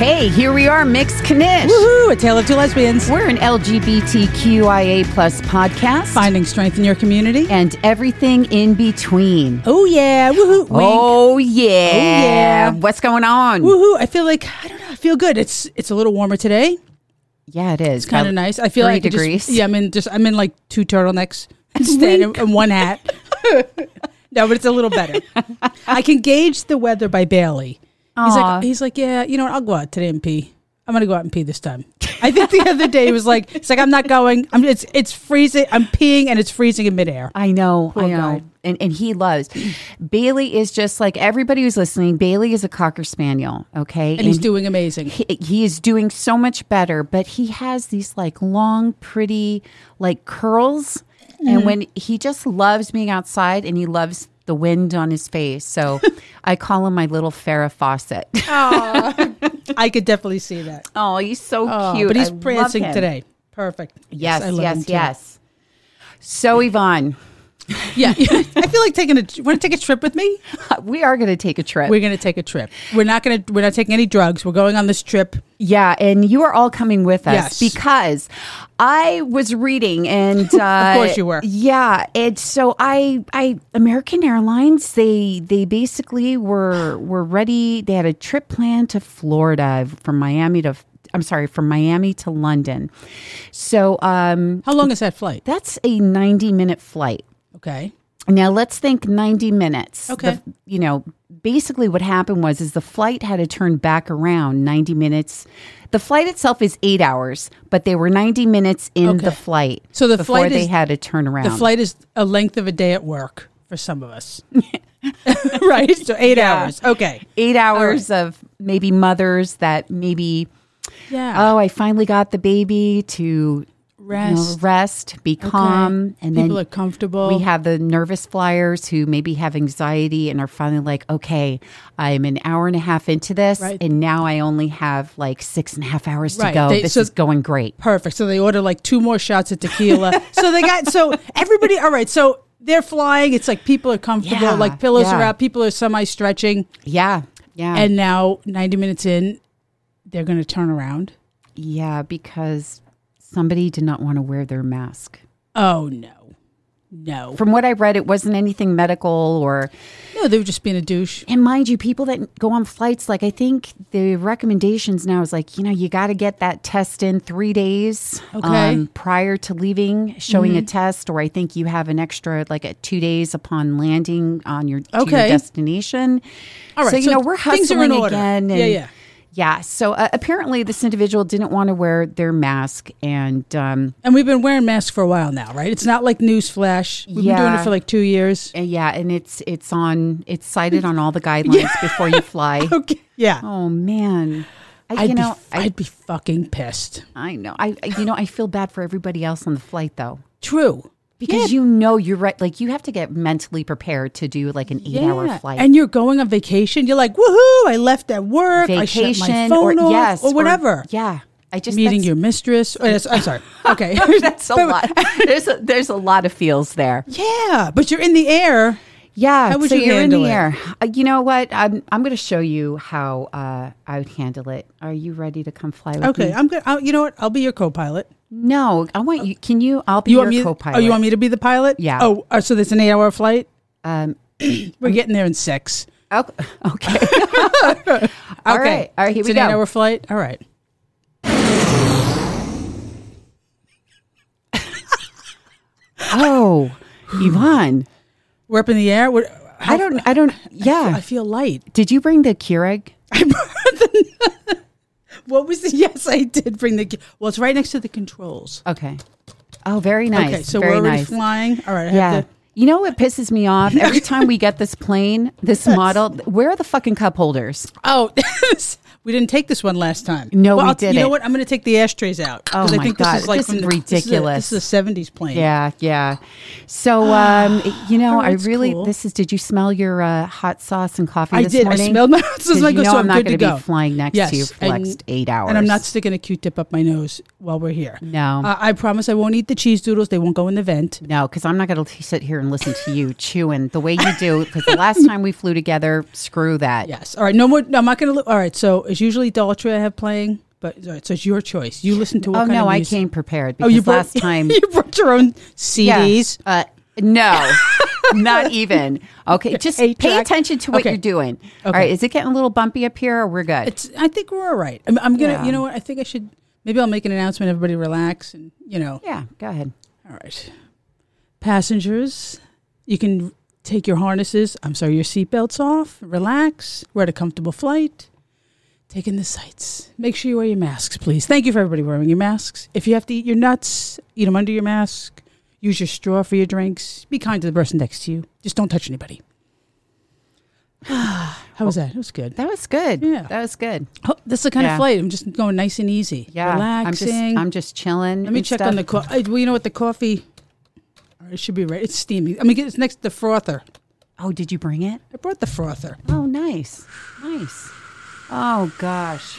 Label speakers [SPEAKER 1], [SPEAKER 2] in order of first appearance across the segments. [SPEAKER 1] Hey, here we are, Mixed Knish.
[SPEAKER 2] Woohoo! A tale of two lesbians.
[SPEAKER 1] We're an LGBTQIA plus podcast.
[SPEAKER 2] Finding strength in your community.
[SPEAKER 1] And everything in between.
[SPEAKER 2] Oh yeah! Woohoo! Wink.
[SPEAKER 1] Oh yeah.
[SPEAKER 2] yeah.
[SPEAKER 1] What's going on?
[SPEAKER 2] Woohoo! I feel like I don't know. I feel good. It's it's a little warmer today.
[SPEAKER 1] Yeah, it is.
[SPEAKER 2] It's kind of nice. I feel
[SPEAKER 1] three
[SPEAKER 2] like I could just-
[SPEAKER 1] degrees.
[SPEAKER 2] yeah, I'm in just I'm in like two turtlenecks instead and, and one hat. no, but it's a little better. I can gauge the weather by Bailey. He's
[SPEAKER 1] Aw.
[SPEAKER 2] like he's like yeah, you know what? I'll go out today and pee. I'm gonna go out and pee this time. I think the other day he was like it's like I'm not going. I'm it's it's freezing. I'm peeing and it's freezing in midair.
[SPEAKER 1] I know, I know.
[SPEAKER 2] guy.
[SPEAKER 1] And and he loves Bailey is just like everybody who's listening. Bailey is a cocker spaniel, okay?
[SPEAKER 2] And he's doing amazing.
[SPEAKER 1] he, he is doing so much better, but he has these like long, pretty like curls. And when he just loves being outside and he loves the wind on his face. So I call him my little Farrah Fawcett.
[SPEAKER 2] I could definitely see that.
[SPEAKER 1] oh, he's so
[SPEAKER 2] Oh,
[SPEAKER 1] cute.
[SPEAKER 2] But he's
[SPEAKER 1] I love
[SPEAKER 2] prancing
[SPEAKER 1] him.
[SPEAKER 2] today. Perfect.
[SPEAKER 1] Yes,
[SPEAKER 2] I love him
[SPEAKER 1] yes,
[SPEAKER 2] too.
[SPEAKER 1] yes. So Yvonne,
[SPEAKER 2] Yeah. I feel like taking a want to take a trip with me?
[SPEAKER 1] we are going to take a trip.
[SPEAKER 2] We're going to take a trip. We're not going to we're not taking any drugs. We're going on this trip.
[SPEAKER 1] Yeah, and you are all coming with us
[SPEAKER 2] Yes.
[SPEAKER 1] because I was reading, and uh,
[SPEAKER 2] course you were.
[SPEAKER 1] Yeah, and so I, I American Airlines, they they basically were were ready. They had a trip planned to Florida from Miami to. I'm sorry, from Miami to London. So um,
[SPEAKER 2] How long is that flight?
[SPEAKER 1] that's a 90 minute flight.
[SPEAKER 2] Okay.
[SPEAKER 1] Now let's think 90 minutes.
[SPEAKER 2] Okay.
[SPEAKER 1] The- you know, basically what happened was is the flight had to turn back around 90 minutes. The flight itself is 8 hours, but they were 90 minutes in the
[SPEAKER 2] Okay.
[SPEAKER 1] flight.
[SPEAKER 2] So the
[SPEAKER 1] before
[SPEAKER 2] flight
[SPEAKER 1] they
[SPEAKER 2] is-
[SPEAKER 1] had to turn around.
[SPEAKER 2] The flight is a length of a day at work for some of us. right? So 8 hours. Okay.
[SPEAKER 1] 8 hours of maybe mothers that maybe
[SPEAKER 2] Yeah.
[SPEAKER 1] oh, I finally got the baby to you know,
[SPEAKER 2] Rest.
[SPEAKER 1] rest, be calm, and then
[SPEAKER 2] People are comfortable.
[SPEAKER 1] We have the nervous flyers who maybe have anxiety and are finally like, okay, I'm an hour and a half into this,
[SPEAKER 2] Right.
[SPEAKER 1] and now I only have like six and a half hours to
[SPEAKER 2] Right.
[SPEAKER 1] go.
[SPEAKER 2] They-
[SPEAKER 1] this
[SPEAKER 2] so-
[SPEAKER 1] is going great.
[SPEAKER 2] Perfect. So they order like two more shots of tequila. so they got so everybody. All right. So they're flying. It's like people are comfortable.
[SPEAKER 1] Yeah,
[SPEAKER 2] like pillows are
[SPEAKER 1] yeah.
[SPEAKER 2] out. People are semi stretching.
[SPEAKER 1] Yeah, yeah,
[SPEAKER 2] And now ninety minutes in, they're going to turn around.
[SPEAKER 1] yeah, because somebody did not want to wear their mask.
[SPEAKER 2] Oh no, no,
[SPEAKER 1] From what I read, it wasn't anything medical or,
[SPEAKER 2] no. They were just being a douche.
[SPEAKER 1] and mind you, people that go on flights, like I think the recommendations now is like, you know, you got to get that test in three days um,
[SPEAKER 2] Okay. Mm-hmm.
[SPEAKER 1] prior to leaving, showing a test, or I think you have an extra like at two days upon landing on your, to your
[SPEAKER 2] Okay.
[SPEAKER 1] destination.
[SPEAKER 2] All right,
[SPEAKER 1] so you
[SPEAKER 2] so
[SPEAKER 1] know we're
[SPEAKER 2] things are in
[SPEAKER 1] hustling
[SPEAKER 2] order.
[SPEAKER 1] again.
[SPEAKER 2] Yeah, yeah.
[SPEAKER 1] yeah. So uh, apparently, this individual didn't want to wear their mask, and um,
[SPEAKER 2] And we've been wearing masks for a while now, right? It's not like newsflash. We've been doing
[SPEAKER 1] Yeah.
[SPEAKER 2] it for like two years.
[SPEAKER 1] and yeah, and it's it's on it's cited on all the guidelines before you fly.
[SPEAKER 2] Okay. Yeah.
[SPEAKER 1] Oh man. I,
[SPEAKER 2] I'd
[SPEAKER 1] you know,
[SPEAKER 2] be,
[SPEAKER 1] I,
[SPEAKER 2] I'd be fucking pissed.
[SPEAKER 1] I know. I I- you know I feel bad for everybody else on the flight though.
[SPEAKER 2] True.
[SPEAKER 1] Because you know you're right like you have to get mentally prepared to do like an 8 hour flight.
[SPEAKER 2] And you're going on vacation. You're like, woohoo, I left at work. I shut my
[SPEAKER 1] Vacation
[SPEAKER 2] phone
[SPEAKER 1] or
[SPEAKER 2] off,
[SPEAKER 1] yes
[SPEAKER 2] or whatever.
[SPEAKER 1] yeah. I just
[SPEAKER 2] Meeting
[SPEAKER 1] that's-
[SPEAKER 2] your mistress. Oh, that's- I'm sorry. Okay.
[SPEAKER 1] That's a lot. There's a, there's a lot of feels there.
[SPEAKER 2] Yeah, but you're in the air.
[SPEAKER 1] Yeah.
[SPEAKER 2] How would
[SPEAKER 1] so
[SPEAKER 2] you
[SPEAKER 1] are in
[SPEAKER 2] handle
[SPEAKER 1] the
[SPEAKER 2] it?
[SPEAKER 1] air. Uh, you know what? I'm I'm going to show you how uh, I would handle it. Are you ready to come fly with me?
[SPEAKER 2] Okay, I'm good. I'll, you know what? I'll be your co-pilot.
[SPEAKER 1] No, I want you. Can you? I'll be
[SPEAKER 2] You
[SPEAKER 1] your
[SPEAKER 2] want me?
[SPEAKER 1] co-pilot.
[SPEAKER 2] Oh, you want me to be the pilot?
[SPEAKER 1] Yeah.
[SPEAKER 2] Oh, uh, so there's an eight-hour flight.
[SPEAKER 1] Um,
[SPEAKER 2] We're getting there in six.
[SPEAKER 1] okay. okay.
[SPEAKER 2] Okay.
[SPEAKER 1] All right. All right. Here
[SPEAKER 2] it's
[SPEAKER 1] we
[SPEAKER 2] an
[SPEAKER 1] go.
[SPEAKER 2] eight-hour flight. All right.
[SPEAKER 1] Oh, Yvonne.
[SPEAKER 2] We're up in the air. We're,
[SPEAKER 1] I don't. I don't.
[SPEAKER 2] I
[SPEAKER 1] Yeah.
[SPEAKER 2] feel light.
[SPEAKER 1] Did you bring the Keurig?
[SPEAKER 2] What was the? Yes, I did bring the. Well, it's right next to the controls.
[SPEAKER 1] Okay. Oh, very nice.
[SPEAKER 2] Okay, so
[SPEAKER 1] very
[SPEAKER 2] we're already
[SPEAKER 1] nice.
[SPEAKER 2] flying. All right. I
[SPEAKER 1] Yeah.
[SPEAKER 2] Have to,
[SPEAKER 1] You know what pisses me off? Every time we get this plane, this model, where are the fucking cup holders?
[SPEAKER 2] Oh, we didn't take this one last time.
[SPEAKER 1] No, we
[SPEAKER 2] I'll- You know
[SPEAKER 1] didn't.
[SPEAKER 2] what? I'm going to take the ashtrays out. 'cause
[SPEAKER 1] Oh my
[SPEAKER 2] I think
[SPEAKER 1] God,
[SPEAKER 2] This is, like
[SPEAKER 1] this
[SPEAKER 2] from
[SPEAKER 1] is
[SPEAKER 2] the- this is a-
[SPEAKER 1] ridiculous.
[SPEAKER 2] This is a, 70s plane.
[SPEAKER 1] Yeah, yeah. So, um, you know,
[SPEAKER 2] Oh,
[SPEAKER 1] I
[SPEAKER 2] that's
[SPEAKER 1] really,
[SPEAKER 2] cool.
[SPEAKER 1] this is, did you smell your uh, hot sauce and coffee
[SPEAKER 2] I
[SPEAKER 1] this
[SPEAKER 2] did.
[SPEAKER 1] morning?
[SPEAKER 2] I smelled my this is
[SPEAKER 1] 'Cause
[SPEAKER 2] like,
[SPEAKER 1] you know
[SPEAKER 2] so
[SPEAKER 1] I'm not
[SPEAKER 2] good to
[SPEAKER 1] gonna
[SPEAKER 2] go.
[SPEAKER 1] be flying next to you for the
[SPEAKER 2] and-
[SPEAKER 1] next eight hours.
[SPEAKER 2] And I'm not sticking a Q-tip up my nose while we're here.
[SPEAKER 1] No.
[SPEAKER 2] Uh, I promise I won't eat the cheese doodles. They won't go in the vent.
[SPEAKER 1] No, because I'm not going to sit here and listen to you chewing the way you do. Because the last time we flew together, screw that.
[SPEAKER 2] Yes. All right. No more. No, I'm not going to. All right. So It's usually Daltrey I have playing, but so it's your choice. You listen to what
[SPEAKER 1] oh
[SPEAKER 2] kind
[SPEAKER 1] no,
[SPEAKER 2] of
[SPEAKER 1] I
[SPEAKER 2] music.
[SPEAKER 1] came prepared
[SPEAKER 2] Oh,
[SPEAKER 1] because
[SPEAKER 2] you brought,
[SPEAKER 1] last time
[SPEAKER 2] you brought your own CDs.
[SPEAKER 1] Yeah. Uh, no, not even. Okay, just
[SPEAKER 2] Eight
[SPEAKER 1] pay
[SPEAKER 2] track.
[SPEAKER 1] attention to what
[SPEAKER 2] Okay.
[SPEAKER 1] you're doing. All right, is it getting a little bumpy up here? Or we're good.
[SPEAKER 2] It's, I think we're all right. I'm, I'm gonna.
[SPEAKER 1] Yeah.
[SPEAKER 2] You know what? I think I should. Maybe I'll make an announcement. Everybody relax, and you know.
[SPEAKER 1] yeah, go ahead.
[SPEAKER 2] All right, passengers, you can take your harnesses. I'm sorry, your seatbelts off. Relax. We're at a comfortable flight. Take in the sights. Make sure you wear your masks, please. Thank you for everybody wearing your masks. If you have to eat your nuts, eat them under your mask. Use your straw for your drinks. Be kind to the person next to you. Just don't touch anybody. How
[SPEAKER 1] Oh.
[SPEAKER 2] was that? It was good.
[SPEAKER 1] That was good.
[SPEAKER 2] Yeah.
[SPEAKER 1] that was good.
[SPEAKER 2] Oh, this is the kind
[SPEAKER 1] Yeah.
[SPEAKER 2] of flight. I'm just going nice and easy.
[SPEAKER 1] Yeah,
[SPEAKER 2] relaxing.
[SPEAKER 1] I'm just I'm just chilling.
[SPEAKER 2] Let me
[SPEAKER 1] and
[SPEAKER 2] check
[SPEAKER 1] stuff.
[SPEAKER 2] on the coffee. Well, you know what? The coffee. All right, it should be right. It's steaming. I mean, it's next to the frother.
[SPEAKER 1] Oh, did you bring it?
[SPEAKER 2] I brought the frother.
[SPEAKER 1] Oh, nice, nice. Oh gosh.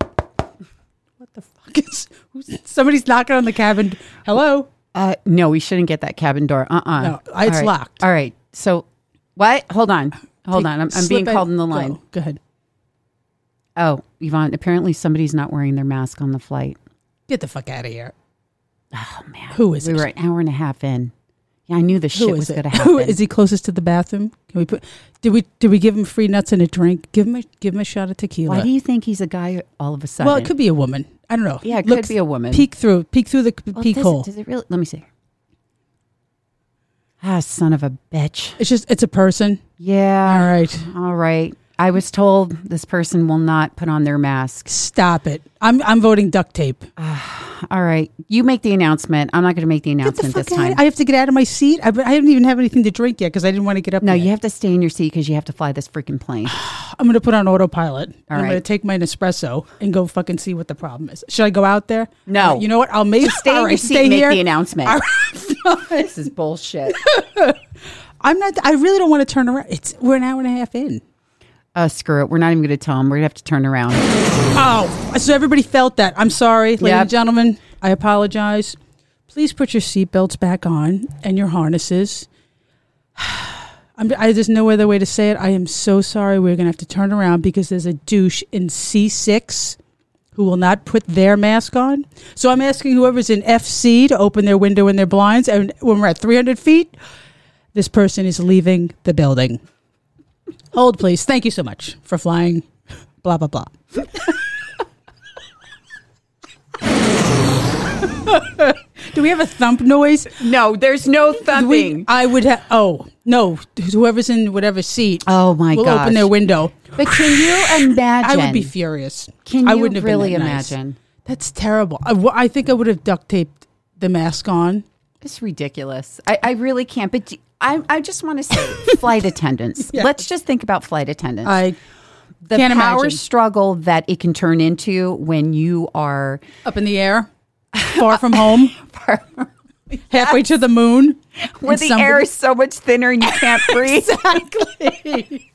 [SPEAKER 2] What the fuck is? Who's, somebody's knocking on the cabin. Hello.
[SPEAKER 1] Uh, no, we shouldn't get that cabin door. Uh uh
[SPEAKER 2] No, it's locked.
[SPEAKER 1] All right. So, what? Hold on. Hold on. I'm, I'm
[SPEAKER 2] Slip
[SPEAKER 1] being
[SPEAKER 2] in-
[SPEAKER 1] called in the line.
[SPEAKER 2] Go, go ahead.
[SPEAKER 1] Oh, Yvonne, apparently somebody's not wearing their mask on the flight.
[SPEAKER 2] Get the fuck out of here.
[SPEAKER 1] Oh, man.
[SPEAKER 2] Who is
[SPEAKER 1] we
[SPEAKER 2] it?
[SPEAKER 1] were an hour and a half in. Yeah, I knew the
[SPEAKER 2] Who
[SPEAKER 1] shit
[SPEAKER 2] is
[SPEAKER 1] was
[SPEAKER 2] it?
[SPEAKER 1] going to happen.
[SPEAKER 2] Who is he closest to the bathroom? Can we put? Did we? Did we give him free nuts and a drink? Give him a give him a shot of tequila.
[SPEAKER 1] Why do you think he's a guy all of a sudden?
[SPEAKER 2] well, it could be a woman. I don't know.
[SPEAKER 1] Yeah, it
[SPEAKER 2] Look-
[SPEAKER 1] could be a woman.
[SPEAKER 2] Peek through. Peek through the
[SPEAKER 1] Well,
[SPEAKER 2] peek
[SPEAKER 1] does,
[SPEAKER 2] hole.
[SPEAKER 1] Does it really? Let me see. Ah, son of a bitch.
[SPEAKER 2] It's just it's a person. All
[SPEAKER 1] Yeah.
[SPEAKER 2] right.
[SPEAKER 1] All right. I was told this person will not put on their mask.
[SPEAKER 2] Stop it. I'm I'm voting duct tape.
[SPEAKER 1] All right. You make the announcement. I'm not going to make the
[SPEAKER 2] Get the
[SPEAKER 1] announcement
[SPEAKER 2] fuck
[SPEAKER 1] this time.
[SPEAKER 2] out. I have to get out of my seat. I, I didn't even have anything to drink yet because I didn't want to get up.
[SPEAKER 1] no,
[SPEAKER 2] yet.
[SPEAKER 1] you have to stay in your seat because you have to fly this freaking plane.
[SPEAKER 2] I'm going to put on autopilot. I'm going to
[SPEAKER 1] right.
[SPEAKER 2] take my Nespresso and go fucking see what the problem is. Should I go out there?
[SPEAKER 1] No.
[SPEAKER 2] Uh, you know what? I'll make
[SPEAKER 1] Stay
[SPEAKER 2] all
[SPEAKER 1] in your
[SPEAKER 2] right,
[SPEAKER 1] seat
[SPEAKER 2] stay
[SPEAKER 1] and make
[SPEAKER 2] here.
[SPEAKER 1] the announcement.
[SPEAKER 2] All
[SPEAKER 1] this is bullshit.
[SPEAKER 2] I'm not. I really don't want to turn around. It's we're an hour and a half in.
[SPEAKER 1] Uh, screw it. We're not even going to tell him. We're going to have to turn around.
[SPEAKER 2] Oh, so everybody felt that. I'm sorry, ladies
[SPEAKER 1] Yep.
[SPEAKER 2] and gentlemen. I apologize. Please put your seatbelts back on and your harnesses. I'm, I, there's no other way to say it. I am so sorry. We're going to have to turn around because there's a douche in C6 who will not put their mask on. So I'm asking whoever's in FC to open their window and their blinds. And when we're at 300 feet, this person is leaving the building. Hold, please. Thank you so much for flying. Blah, blah, blah. Do we have a thump noise?
[SPEAKER 1] No, there's no
[SPEAKER 2] We, I would have. Oh no! Whoever's in whatever seat.
[SPEAKER 1] Oh, my
[SPEAKER 2] will
[SPEAKER 1] gosh.
[SPEAKER 2] open their window.
[SPEAKER 1] but can you
[SPEAKER 2] I
[SPEAKER 1] imagine?
[SPEAKER 2] would be furious.
[SPEAKER 1] Can
[SPEAKER 2] I
[SPEAKER 1] you
[SPEAKER 2] wouldn't have been
[SPEAKER 1] really
[SPEAKER 2] that nice.
[SPEAKER 1] imagine?
[SPEAKER 2] That's terrible. I, w- I think I would have duct taped the mask on.
[SPEAKER 1] It's ridiculous. I, I really can't. But d- I, I just want to say flight attendants.
[SPEAKER 2] Yeah.
[SPEAKER 1] Let's just think about flight attendants.
[SPEAKER 2] I
[SPEAKER 1] the
[SPEAKER 2] can't
[SPEAKER 1] power
[SPEAKER 2] imagine.
[SPEAKER 1] struggle that it can turn into when you are
[SPEAKER 2] up in the air, far from home, halfway to the moon,
[SPEAKER 1] where
[SPEAKER 2] and
[SPEAKER 1] the
[SPEAKER 2] somebody-
[SPEAKER 1] air is so much thinner and you can't breathe.
[SPEAKER 2] exactly.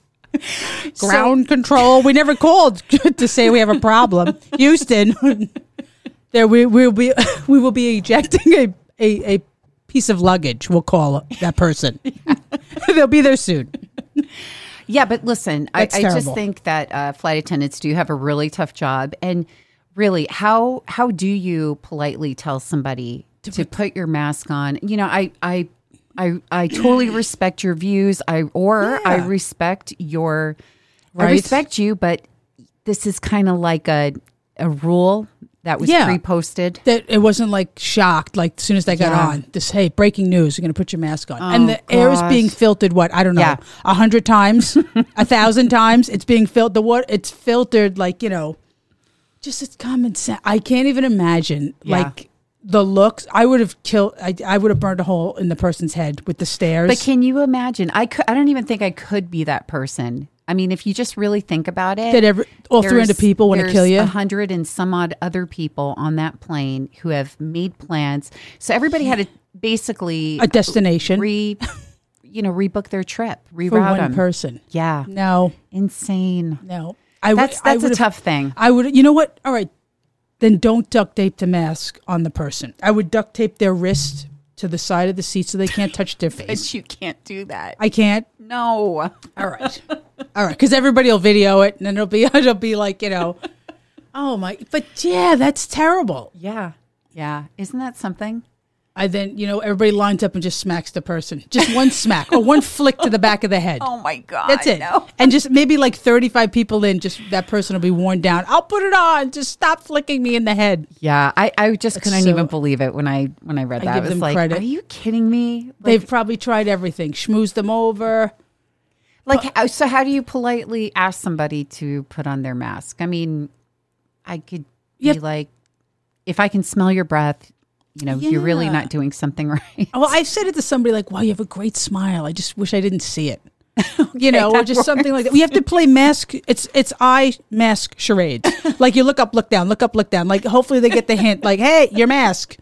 [SPEAKER 2] Ground control. We never called to say we have a problem. Houston, there we will be we will be ejecting a, a, a piece of luggage. We'll call that person. They'll be there soon.
[SPEAKER 1] Yeah, but listen, I,
[SPEAKER 2] That's
[SPEAKER 1] I just
[SPEAKER 2] terrible.
[SPEAKER 1] think that uh, flight attendants do have a really tough job, and really, how how do you politely tell somebody to, put your mask on? You know, I I I, I totally respect your views, I or I
[SPEAKER 2] Yeah.
[SPEAKER 1] respect your I
[SPEAKER 2] Right.
[SPEAKER 1] respect you, but this is kind of like a a rule that was
[SPEAKER 2] Yeah.
[SPEAKER 1] pre-posted.
[SPEAKER 2] That it wasn't like shocked. Like as soon as they got
[SPEAKER 1] Yeah.
[SPEAKER 2] on, this hey, breaking news. You're going to put your mask on, and
[SPEAKER 1] Oh,
[SPEAKER 2] the air is
[SPEAKER 1] gosh.
[SPEAKER 2] being filtered. What I don't know, a
[SPEAKER 1] Yeah.
[SPEAKER 2] hundred times, a thousand times. It's being filtered. The what? It's filtered like you know, just it's common sense. I can't even imagine
[SPEAKER 1] Yeah.
[SPEAKER 2] like the looks. I would have killed. I, I would have burned a hole in the person's head with the stairs.
[SPEAKER 1] But can you imagine? I could, I don't even think I could be that person. I mean, if you just really think about it,
[SPEAKER 2] That every- all 300 Oh, people wanna kill you?
[SPEAKER 1] A hundred and some odd other people on that plane who have made plans. So everybody had to basically
[SPEAKER 2] a destination
[SPEAKER 1] re, you know, rebook their trip, reroute
[SPEAKER 2] for one
[SPEAKER 1] them.
[SPEAKER 2] person.
[SPEAKER 1] Yeah,
[SPEAKER 2] No,
[SPEAKER 1] insane.
[SPEAKER 2] no. I would-
[SPEAKER 1] That's
[SPEAKER 2] I
[SPEAKER 1] that's a
[SPEAKER 2] would've-
[SPEAKER 1] tough thing.
[SPEAKER 2] I would, you know what? All right, then don't duct tape the mask on the person. I would duct tape their wrist to the side of the seat so they can't touch their face.
[SPEAKER 1] But you can't do that.
[SPEAKER 2] I can't.
[SPEAKER 1] No,
[SPEAKER 2] All right. All right, because everybody will video it, and then it'll be it'll be like you know, oh my! But yeah, that's terrible.
[SPEAKER 1] Yeah. Yeah. Isn't that something?
[SPEAKER 2] I then you know everybody lines up and just smacks the person, just one smack or one flick to the back of the head.
[SPEAKER 1] Oh my God.
[SPEAKER 2] That's it.
[SPEAKER 1] No.
[SPEAKER 2] And just maybe like 35 people in, just that person will be worn down. I'll put it on. Just stop flicking me in the head.
[SPEAKER 1] Yeah. I, I just couldn't
[SPEAKER 2] so-
[SPEAKER 1] even believe it when I when I read that. I,
[SPEAKER 2] give
[SPEAKER 1] was
[SPEAKER 2] them
[SPEAKER 1] like,
[SPEAKER 2] credit.
[SPEAKER 1] are you kidding me? Like,
[SPEAKER 2] They've probably tried everything, schmoozed them over.
[SPEAKER 1] like how- so how do you politely ask somebody to put on their mask? I mean, I could be
[SPEAKER 2] Yep.
[SPEAKER 1] like, if I can smell your breath, you know, you're really
[SPEAKER 2] Yeah.
[SPEAKER 1] not doing something right.
[SPEAKER 2] Well, I've said it to somebody like, wow, you have a great smile. I just wish I didn't see it. you know, or
[SPEAKER 1] that
[SPEAKER 2] just something like that. We have to play mask. It's it's eye mask charades. like you look up, look down, look up, look down. Like hopefully they get the hint. Like, hey, your mask.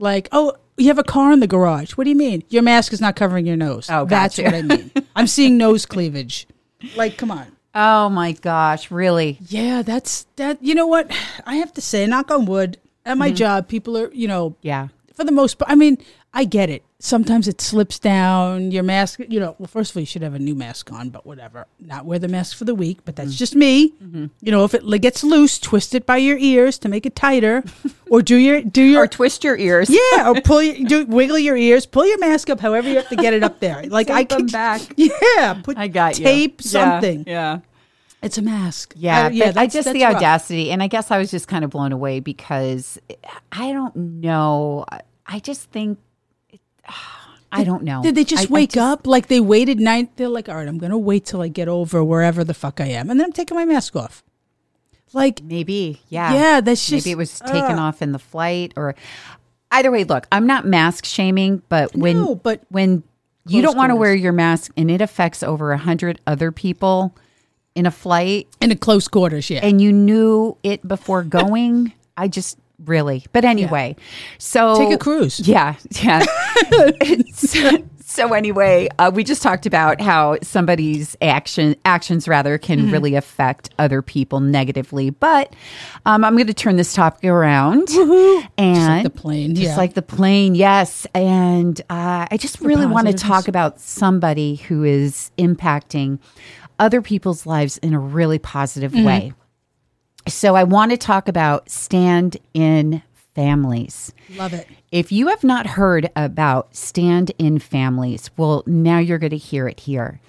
[SPEAKER 2] Like, oh, you have a car in the garage. What do you mean? Your mask is not covering your nose.
[SPEAKER 1] Oh, got
[SPEAKER 2] that's
[SPEAKER 1] you.
[SPEAKER 2] what I mean. I'm seeing nose cleavage. Like, come on.
[SPEAKER 1] Oh my gosh, really?
[SPEAKER 2] Yeah, that's that. You know what? I have to say, knock on wood. At my job, people are you know
[SPEAKER 1] Yeah.
[SPEAKER 2] for the most part. I mean, I get it. Sometimes it slips down your mask. You know, well, first of all, you should have a new mask on, but whatever. Not wear the mask for the week, but
[SPEAKER 1] Mm.
[SPEAKER 2] that's just me.
[SPEAKER 1] Mm-hmm.
[SPEAKER 2] You know, if it li- gets loose, twist it by your ears to make it tighter, or do your do your
[SPEAKER 1] Or twist your ears.
[SPEAKER 2] yeah, or pull your, do wiggle your ears, pull your mask up. However, you have to get it up there. Like I
[SPEAKER 1] Tape them
[SPEAKER 2] can
[SPEAKER 1] back.
[SPEAKER 2] Yeah, put
[SPEAKER 1] I got you.
[SPEAKER 2] tape
[SPEAKER 1] Yeah,
[SPEAKER 2] something.
[SPEAKER 1] yeah.
[SPEAKER 2] It's a mask.
[SPEAKER 1] Yeah,
[SPEAKER 2] Uh,
[SPEAKER 1] but I
[SPEAKER 2] that's-
[SPEAKER 1] just
[SPEAKER 2] that's
[SPEAKER 1] the
[SPEAKER 2] rough.
[SPEAKER 1] audacity, and I guess I was just kind of blown away because I don't know. I- I just think I don't know.
[SPEAKER 2] Did they just
[SPEAKER 1] I- I
[SPEAKER 2] wake up? Like they waited nine? They're like, all right, I'm gonna wait till I get over wherever the fuck I am, and then I'm taking my mask off. Like,
[SPEAKER 1] Maybe, yeah,
[SPEAKER 2] yeah, that's just uh.
[SPEAKER 1] maybe it was taken off in the flight, or either way. Look, I'm not mask shaming, but when
[SPEAKER 2] No, but-
[SPEAKER 1] when you
[SPEAKER 2] Close
[SPEAKER 1] don't want to
[SPEAKER 2] quarters.
[SPEAKER 1] wear your mask and it affects over a hundred other people in a flight,
[SPEAKER 2] in a close quarters. Yeah,
[SPEAKER 1] and you knew it before going. I just really, but anyway, so
[SPEAKER 2] Take a cruise.
[SPEAKER 1] Yeah, yeah. so, so anyway, uh, we just talked about how somebody's action actions rather can
[SPEAKER 2] Mm-hmm.
[SPEAKER 1] really affect other people negatively. But um, I'm going to turn this topic around and just
[SPEAKER 2] the plane,
[SPEAKER 1] just
[SPEAKER 2] yeah.
[SPEAKER 1] like the plane. Yes, and uh, I just really want to
[SPEAKER 2] positives.
[SPEAKER 1] talk about somebody who is impacting other people's lives in a really positive
[SPEAKER 2] Mm-hmm.
[SPEAKER 1] way. So I want to talk about stand in families.
[SPEAKER 2] love it.
[SPEAKER 1] If you have not heard about stand in families, well, now you're going to hear it here.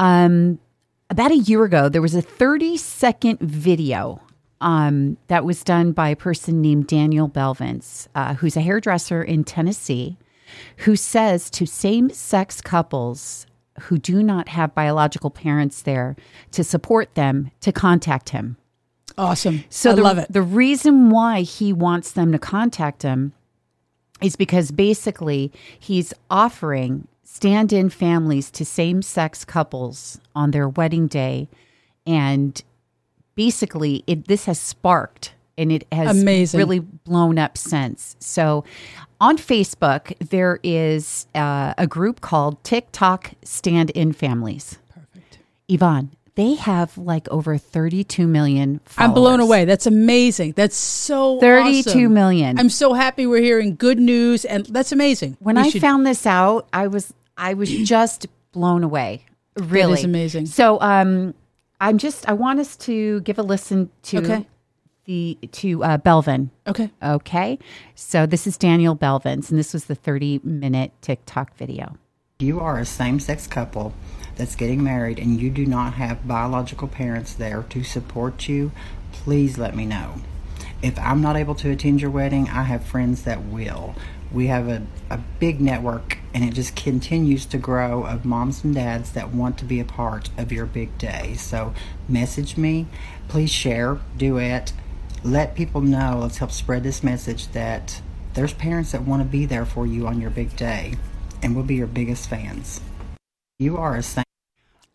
[SPEAKER 1] Um, about a year ago, there was a 30 second video um, that was done by a person named Daniel Belvins, uh, who's a hairdresser in Tennessee, who says to same sex couples who do not have biological parents there to support them to contact him.
[SPEAKER 2] Awesome.
[SPEAKER 1] So
[SPEAKER 2] So I
[SPEAKER 1] the,
[SPEAKER 2] love it.
[SPEAKER 1] The reason why he wants them to contact him is because basically he's offering stand in families to same sex couples on their wedding day. And basically, it, this has sparked and it has
[SPEAKER 2] Amazing.
[SPEAKER 1] really blown up since. So on Facebook, there is uh, a group called TikTok Stand In Families.
[SPEAKER 2] Perfect.
[SPEAKER 1] Yvonne, they have like over 32 million followers.
[SPEAKER 2] I'm blown away. That's amazing. That's so
[SPEAKER 1] 32
[SPEAKER 2] awesome.
[SPEAKER 1] million.
[SPEAKER 2] I'm so happy we're hearing good news, and that's amazing.
[SPEAKER 1] when
[SPEAKER 2] We
[SPEAKER 1] I
[SPEAKER 2] should-
[SPEAKER 1] found this out, I was I was just blown away. Really
[SPEAKER 2] amazing.
[SPEAKER 1] So um I'm just I want us to give a listen to
[SPEAKER 2] Okay.
[SPEAKER 1] the to uh Belvin.
[SPEAKER 2] okay,
[SPEAKER 1] Okay. So this is Daniel Belvin's and this was the 30 minute TikTok video.
[SPEAKER 3] You are a same sex couple that's getting married and you do not have biological parents there to support you, please let me know. If I'm not able to attend your wedding, I have friends that will. We have a, a big network and it just continues to grow of moms and dads that want to be a part of your big day. So message me, please share, do it. Let people know, let's help spread this message that there's parents that want to be there for you on your big day and we'll be your biggest fans. You are a saint.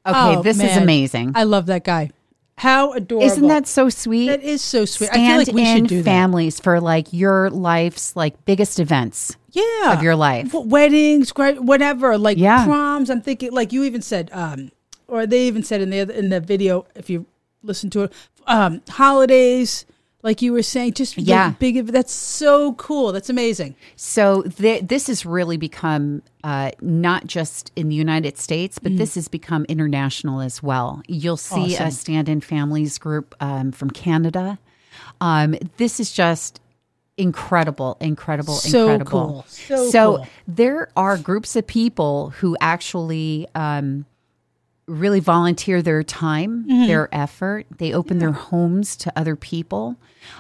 [SPEAKER 1] Okay,
[SPEAKER 2] Oh,
[SPEAKER 1] this is
[SPEAKER 2] man.
[SPEAKER 1] amazing.
[SPEAKER 2] I love that guy. How adorable!
[SPEAKER 1] Isn't that so sweet?
[SPEAKER 2] that is so sweet?
[SPEAKER 1] Stand
[SPEAKER 2] I feel like we
[SPEAKER 1] in
[SPEAKER 2] should do that.
[SPEAKER 1] families for like your life's like biggest events.
[SPEAKER 2] yeah.
[SPEAKER 1] of your life.
[SPEAKER 2] W- weddings, gra- whatever, like
[SPEAKER 1] Yeah.
[SPEAKER 2] proms. I'm thinking, like you even said, um, or they even said in the other, in the video, if you listen to it, um, holidays, like you were saying, just like,
[SPEAKER 1] Yeah.
[SPEAKER 2] big. ev- That's so cool. That's amazing.
[SPEAKER 1] So th- this has really become uh, not just in the United States,
[SPEAKER 2] Mm.
[SPEAKER 1] but this has become international as well. You'll see a stand-in families group um, from Canada. Um, this is just incredible, incredible,
[SPEAKER 2] So
[SPEAKER 1] incredible.
[SPEAKER 2] cool. So cool.
[SPEAKER 1] there are groups of people who actually. Um, really volunteer their time,
[SPEAKER 2] Mm-hmm.
[SPEAKER 1] their effort. They open their homes to other people,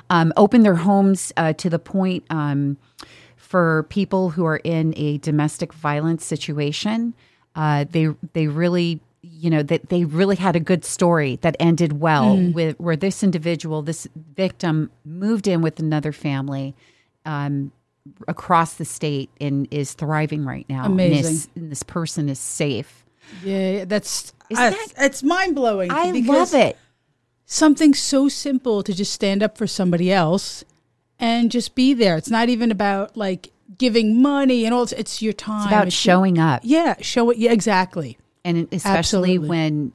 [SPEAKER 1] um, open their homes uh, to the point um, for people who are in a domestic violence situation. Uh, they they really you know that they really had a good story that ended well
[SPEAKER 2] Mm.
[SPEAKER 1] with where this individual this victim moved in with another family um, across the state and is thriving right now And this-
[SPEAKER 2] Amazing.
[SPEAKER 1] and this person is safe
[SPEAKER 2] Yeah, yeah, that's
[SPEAKER 1] Is
[SPEAKER 2] I-
[SPEAKER 1] that-
[SPEAKER 2] it's mind blowing.
[SPEAKER 1] I love it.
[SPEAKER 2] Something so simple to just stand up for somebody else and just be there. It's not even about like giving money and all. It's, it's your time.
[SPEAKER 1] It's about
[SPEAKER 2] It's-
[SPEAKER 1] showing up,
[SPEAKER 2] Yeah, show it. Yeah, exactly.
[SPEAKER 1] and especially
[SPEAKER 2] Absolutely.
[SPEAKER 1] when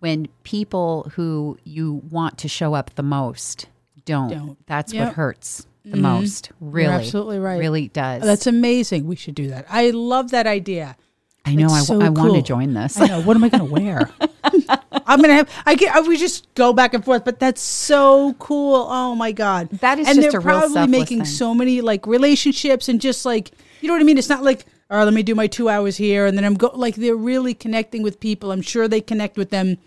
[SPEAKER 1] when people who you want to show up the most don't.
[SPEAKER 2] Don't.
[SPEAKER 1] That's
[SPEAKER 2] Yep. Mm-hmm.
[SPEAKER 1] what hurts the most. Really,
[SPEAKER 2] absolutely right.
[SPEAKER 1] Really does.
[SPEAKER 2] That's amazing. We should do that. I love that idea.
[SPEAKER 1] I know. I,
[SPEAKER 2] It's so
[SPEAKER 1] I want
[SPEAKER 2] cool.
[SPEAKER 1] to join this.
[SPEAKER 2] I know. What am I going to wear? I'm going to have, I get, I, we just go back and forth, but that's so cool. Oh my God.
[SPEAKER 1] That is
[SPEAKER 2] and
[SPEAKER 1] just
[SPEAKER 2] they're
[SPEAKER 1] a real
[SPEAKER 2] probably
[SPEAKER 1] selfless
[SPEAKER 2] making
[SPEAKER 1] thing.
[SPEAKER 2] so many like relationships and just like, you know what I mean? It's not like, all right, let me do my two hours here. And then I'm go like, they're really connecting with people. I'm sure they connect with them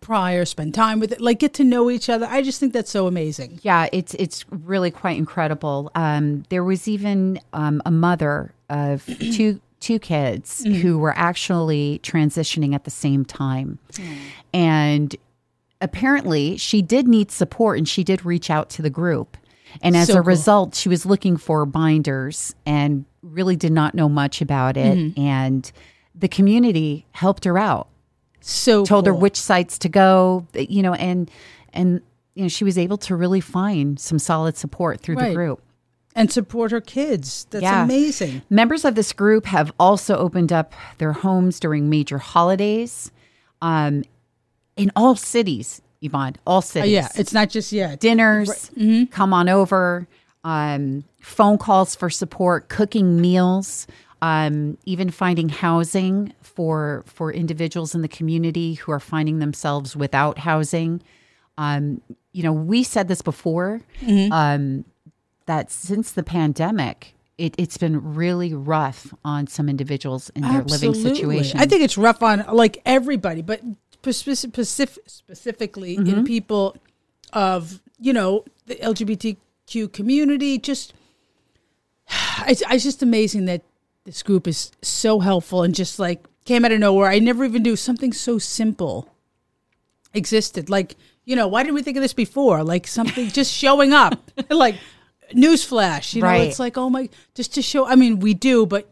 [SPEAKER 2] prior, spend time with it, like get to know each other. I just think that's so amazing.
[SPEAKER 1] Yeah, it's it's really quite incredible. Um, there was even um, a mother of two two kids
[SPEAKER 2] Mm-hmm.
[SPEAKER 1] who were actually transitioning at the same time,
[SPEAKER 2] Hmm.
[SPEAKER 1] and apparently she did need support and she did reach out to the group. And as
[SPEAKER 2] So
[SPEAKER 1] a
[SPEAKER 2] cool.
[SPEAKER 1] result, she was looking for binders and really did not know much about it.
[SPEAKER 2] Mm-hmm.
[SPEAKER 1] And the community helped her out
[SPEAKER 2] So
[SPEAKER 1] told her
[SPEAKER 2] cool.
[SPEAKER 1] which sites to go you know and and you know she was able to really find some solid support through
[SPEAKER 2] Right.
[SPEAKER 1] the group
[SPEAKER 2] and support her kids. That's
[SPEAKER 1] Yeah.
[SPEAKER 2] amazing.
[SPEAKER 1] members of this group have also opened up their homes during major holidays um in all cities yvonne all
[SPEAKER 2] Uh,
[SPEAKER 1] cities
[SPEAKER 2] yeah. It's not just, yeah.
[SPEAKER 1] uh, dinners mm-hmm. come on over um phone calls for support cooking meals um, even finding housing for for individuals in the community who are finding themselves without housing um, you know, we said this before
[SPEAKER 2] Mm-hmm.
[SPEAKER 1] um, that since the pandemic, it, it's been really rough on some individuals in their living
[SPEAKER 2] Absolutely.
[SPEAKER 1] situation.
[SPEAKER 2] I think it's rough on like everybody, but specific, specifically
[SPEAKER 1] Mm-hmm.
[SPEAKER 2] in people of you know the LGBTQ community. Just it's, it's just amazing that this group is so helpful and just like came out of nowhere. I never even knew something so simple existed. Like you know, why didn't we think of this before? Like something just showing up, like newsflash. You know,
[SPEAKER 1] Right.
[SPEAKER 2] it's like oh my, just to show. I mean, we do, but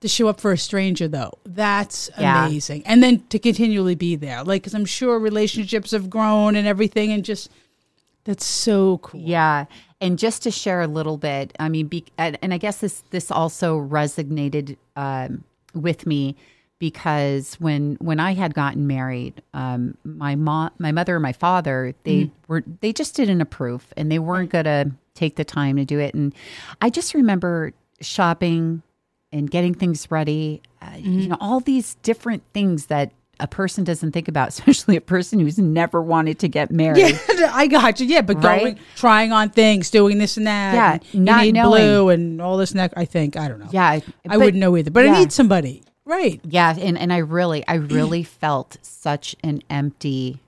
[SPEAKER 2] to show up for a stranger though that's
[SPEAKER 1] Yeah.
[SPEAKER 2] amazing and then to continually be there like because i'm sure relationships have grown and everything and just that's so cool
[SPEAKER 1] yeah. And just to share a little bit, I mean, be, and, and I guess this this also resonated um, with me because when when I had gotten married, um, my mom, my mother, and my father, they
[SPEAKER 2] Mm-hmm.
[SPEAKER 1] were they just didn't approve, and they weren't going to take the time to do it. And I just remember shopping and getting things ready. Uh, You
[SPEAKER 2] Mm-hmm.
[SPEAKER 1] know, all these different things that a person doesn't think about, especially a person who's never wanted to get married.
[SPEAKER 2] i got you yeah but
[SPEAKER 1] Right?
[SPEAKER 2] going trying on things doing this and that
[SPEAKER 1] Yeah,
[SPEAKER 2] and you
[SPEAKER 1] not
[SPEAKER 2] need
[SPEAKER 1] knowing.
[SPEAKER 2] blue and all this and that i think i don't know
[SPEAKER 1] Yeah,
[SPEAKER 2] i
[SPEAKER 1] but-
[SPEAKER 2] wouldn't know either but
[SPEAKER 1] yeah.
[SPEAKER 2] i need somebody right
[SPEAKER 1] Yeah, and and I really, I really felt such an empty.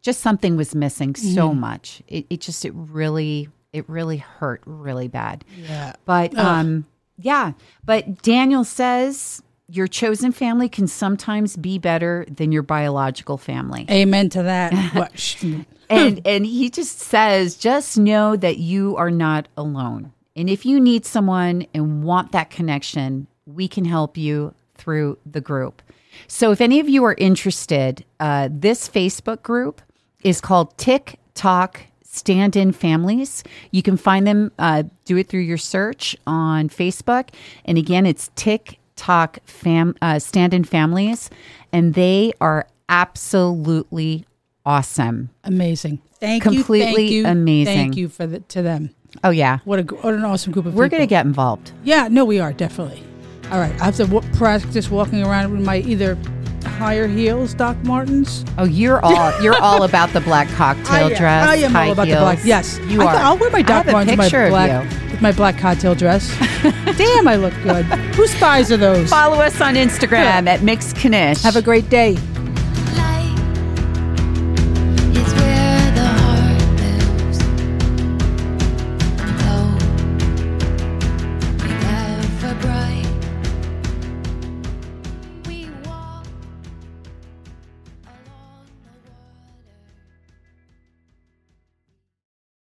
[SPEAKER 1] Just something was missing so much. It, it just, it really, it really hurt really bad.
[SPEAKER 2] yeah
[SPEAKER 1] But um, yeah. But Daniel says your chosen family can sometimes be better than your biological family
[SPEAKER 2] amen to that What- sh-
[SPEAKER 1] and and he just says just know that you are not alone and if you need someone and want that connection we can help you through the group so if any of you are interested uh, this facebook group is called tick tock stand in families you can find them uh, do it through your search on facebook and again it's tick tock fam uh, stand in families and they are absolutely awesome.
[SPEAKER 2] Amazing. Thank you.
[SPEAKER 1] Completely
[SPEAKER 2] Thank you.
[SPEAKER 1] amazing.
[SPEAKER 2] Thank you for the, to them.
[SPEAKER 1] Oh yeah,
[SPEAKER 2] What a gr- what an awesome group of
[SPEAKER 1] we're
[SPEAKER 2] people.
[SPEAKER 1] gonna get involved.
[SPEAKER 2] Yeah, no, we are definitely. All right, I have to w- practice walking around with my either higher heels, Doc Martens.
[SPEAKER 1] Oh, you're all you're all about the black cocktail
[SPEAKER 2] I am-
[SPEAKER 1] dress.
[SPEAKER 2] I am
[SPEAKER 1] high
[SPEAKER 2] all about
[SPEAKER 1] heels.
[SPEAKER 2] the black. Yes,
[SPEAKER 1] you
[SPEAKER 2] I
[SPEAKER 1] are.
[SPEAKER 2] th- I'll wear my Doc
[SPEAKER 1] I have a
[SPEAKER 2] Martens with
[SPEAKER 1] picture
[SPEAKER 2] my
[SPEAKER 1] of
[SPEAKER 2] black
[SPEAKER 1] you.
[SPEAKER 2] with my black cocktail dress. Damn, I look good. Whose thighs are those?
[SPEAKER 1] Follow us on Instagram at Mix Knish.
[SPEAKER 2] Have a great day.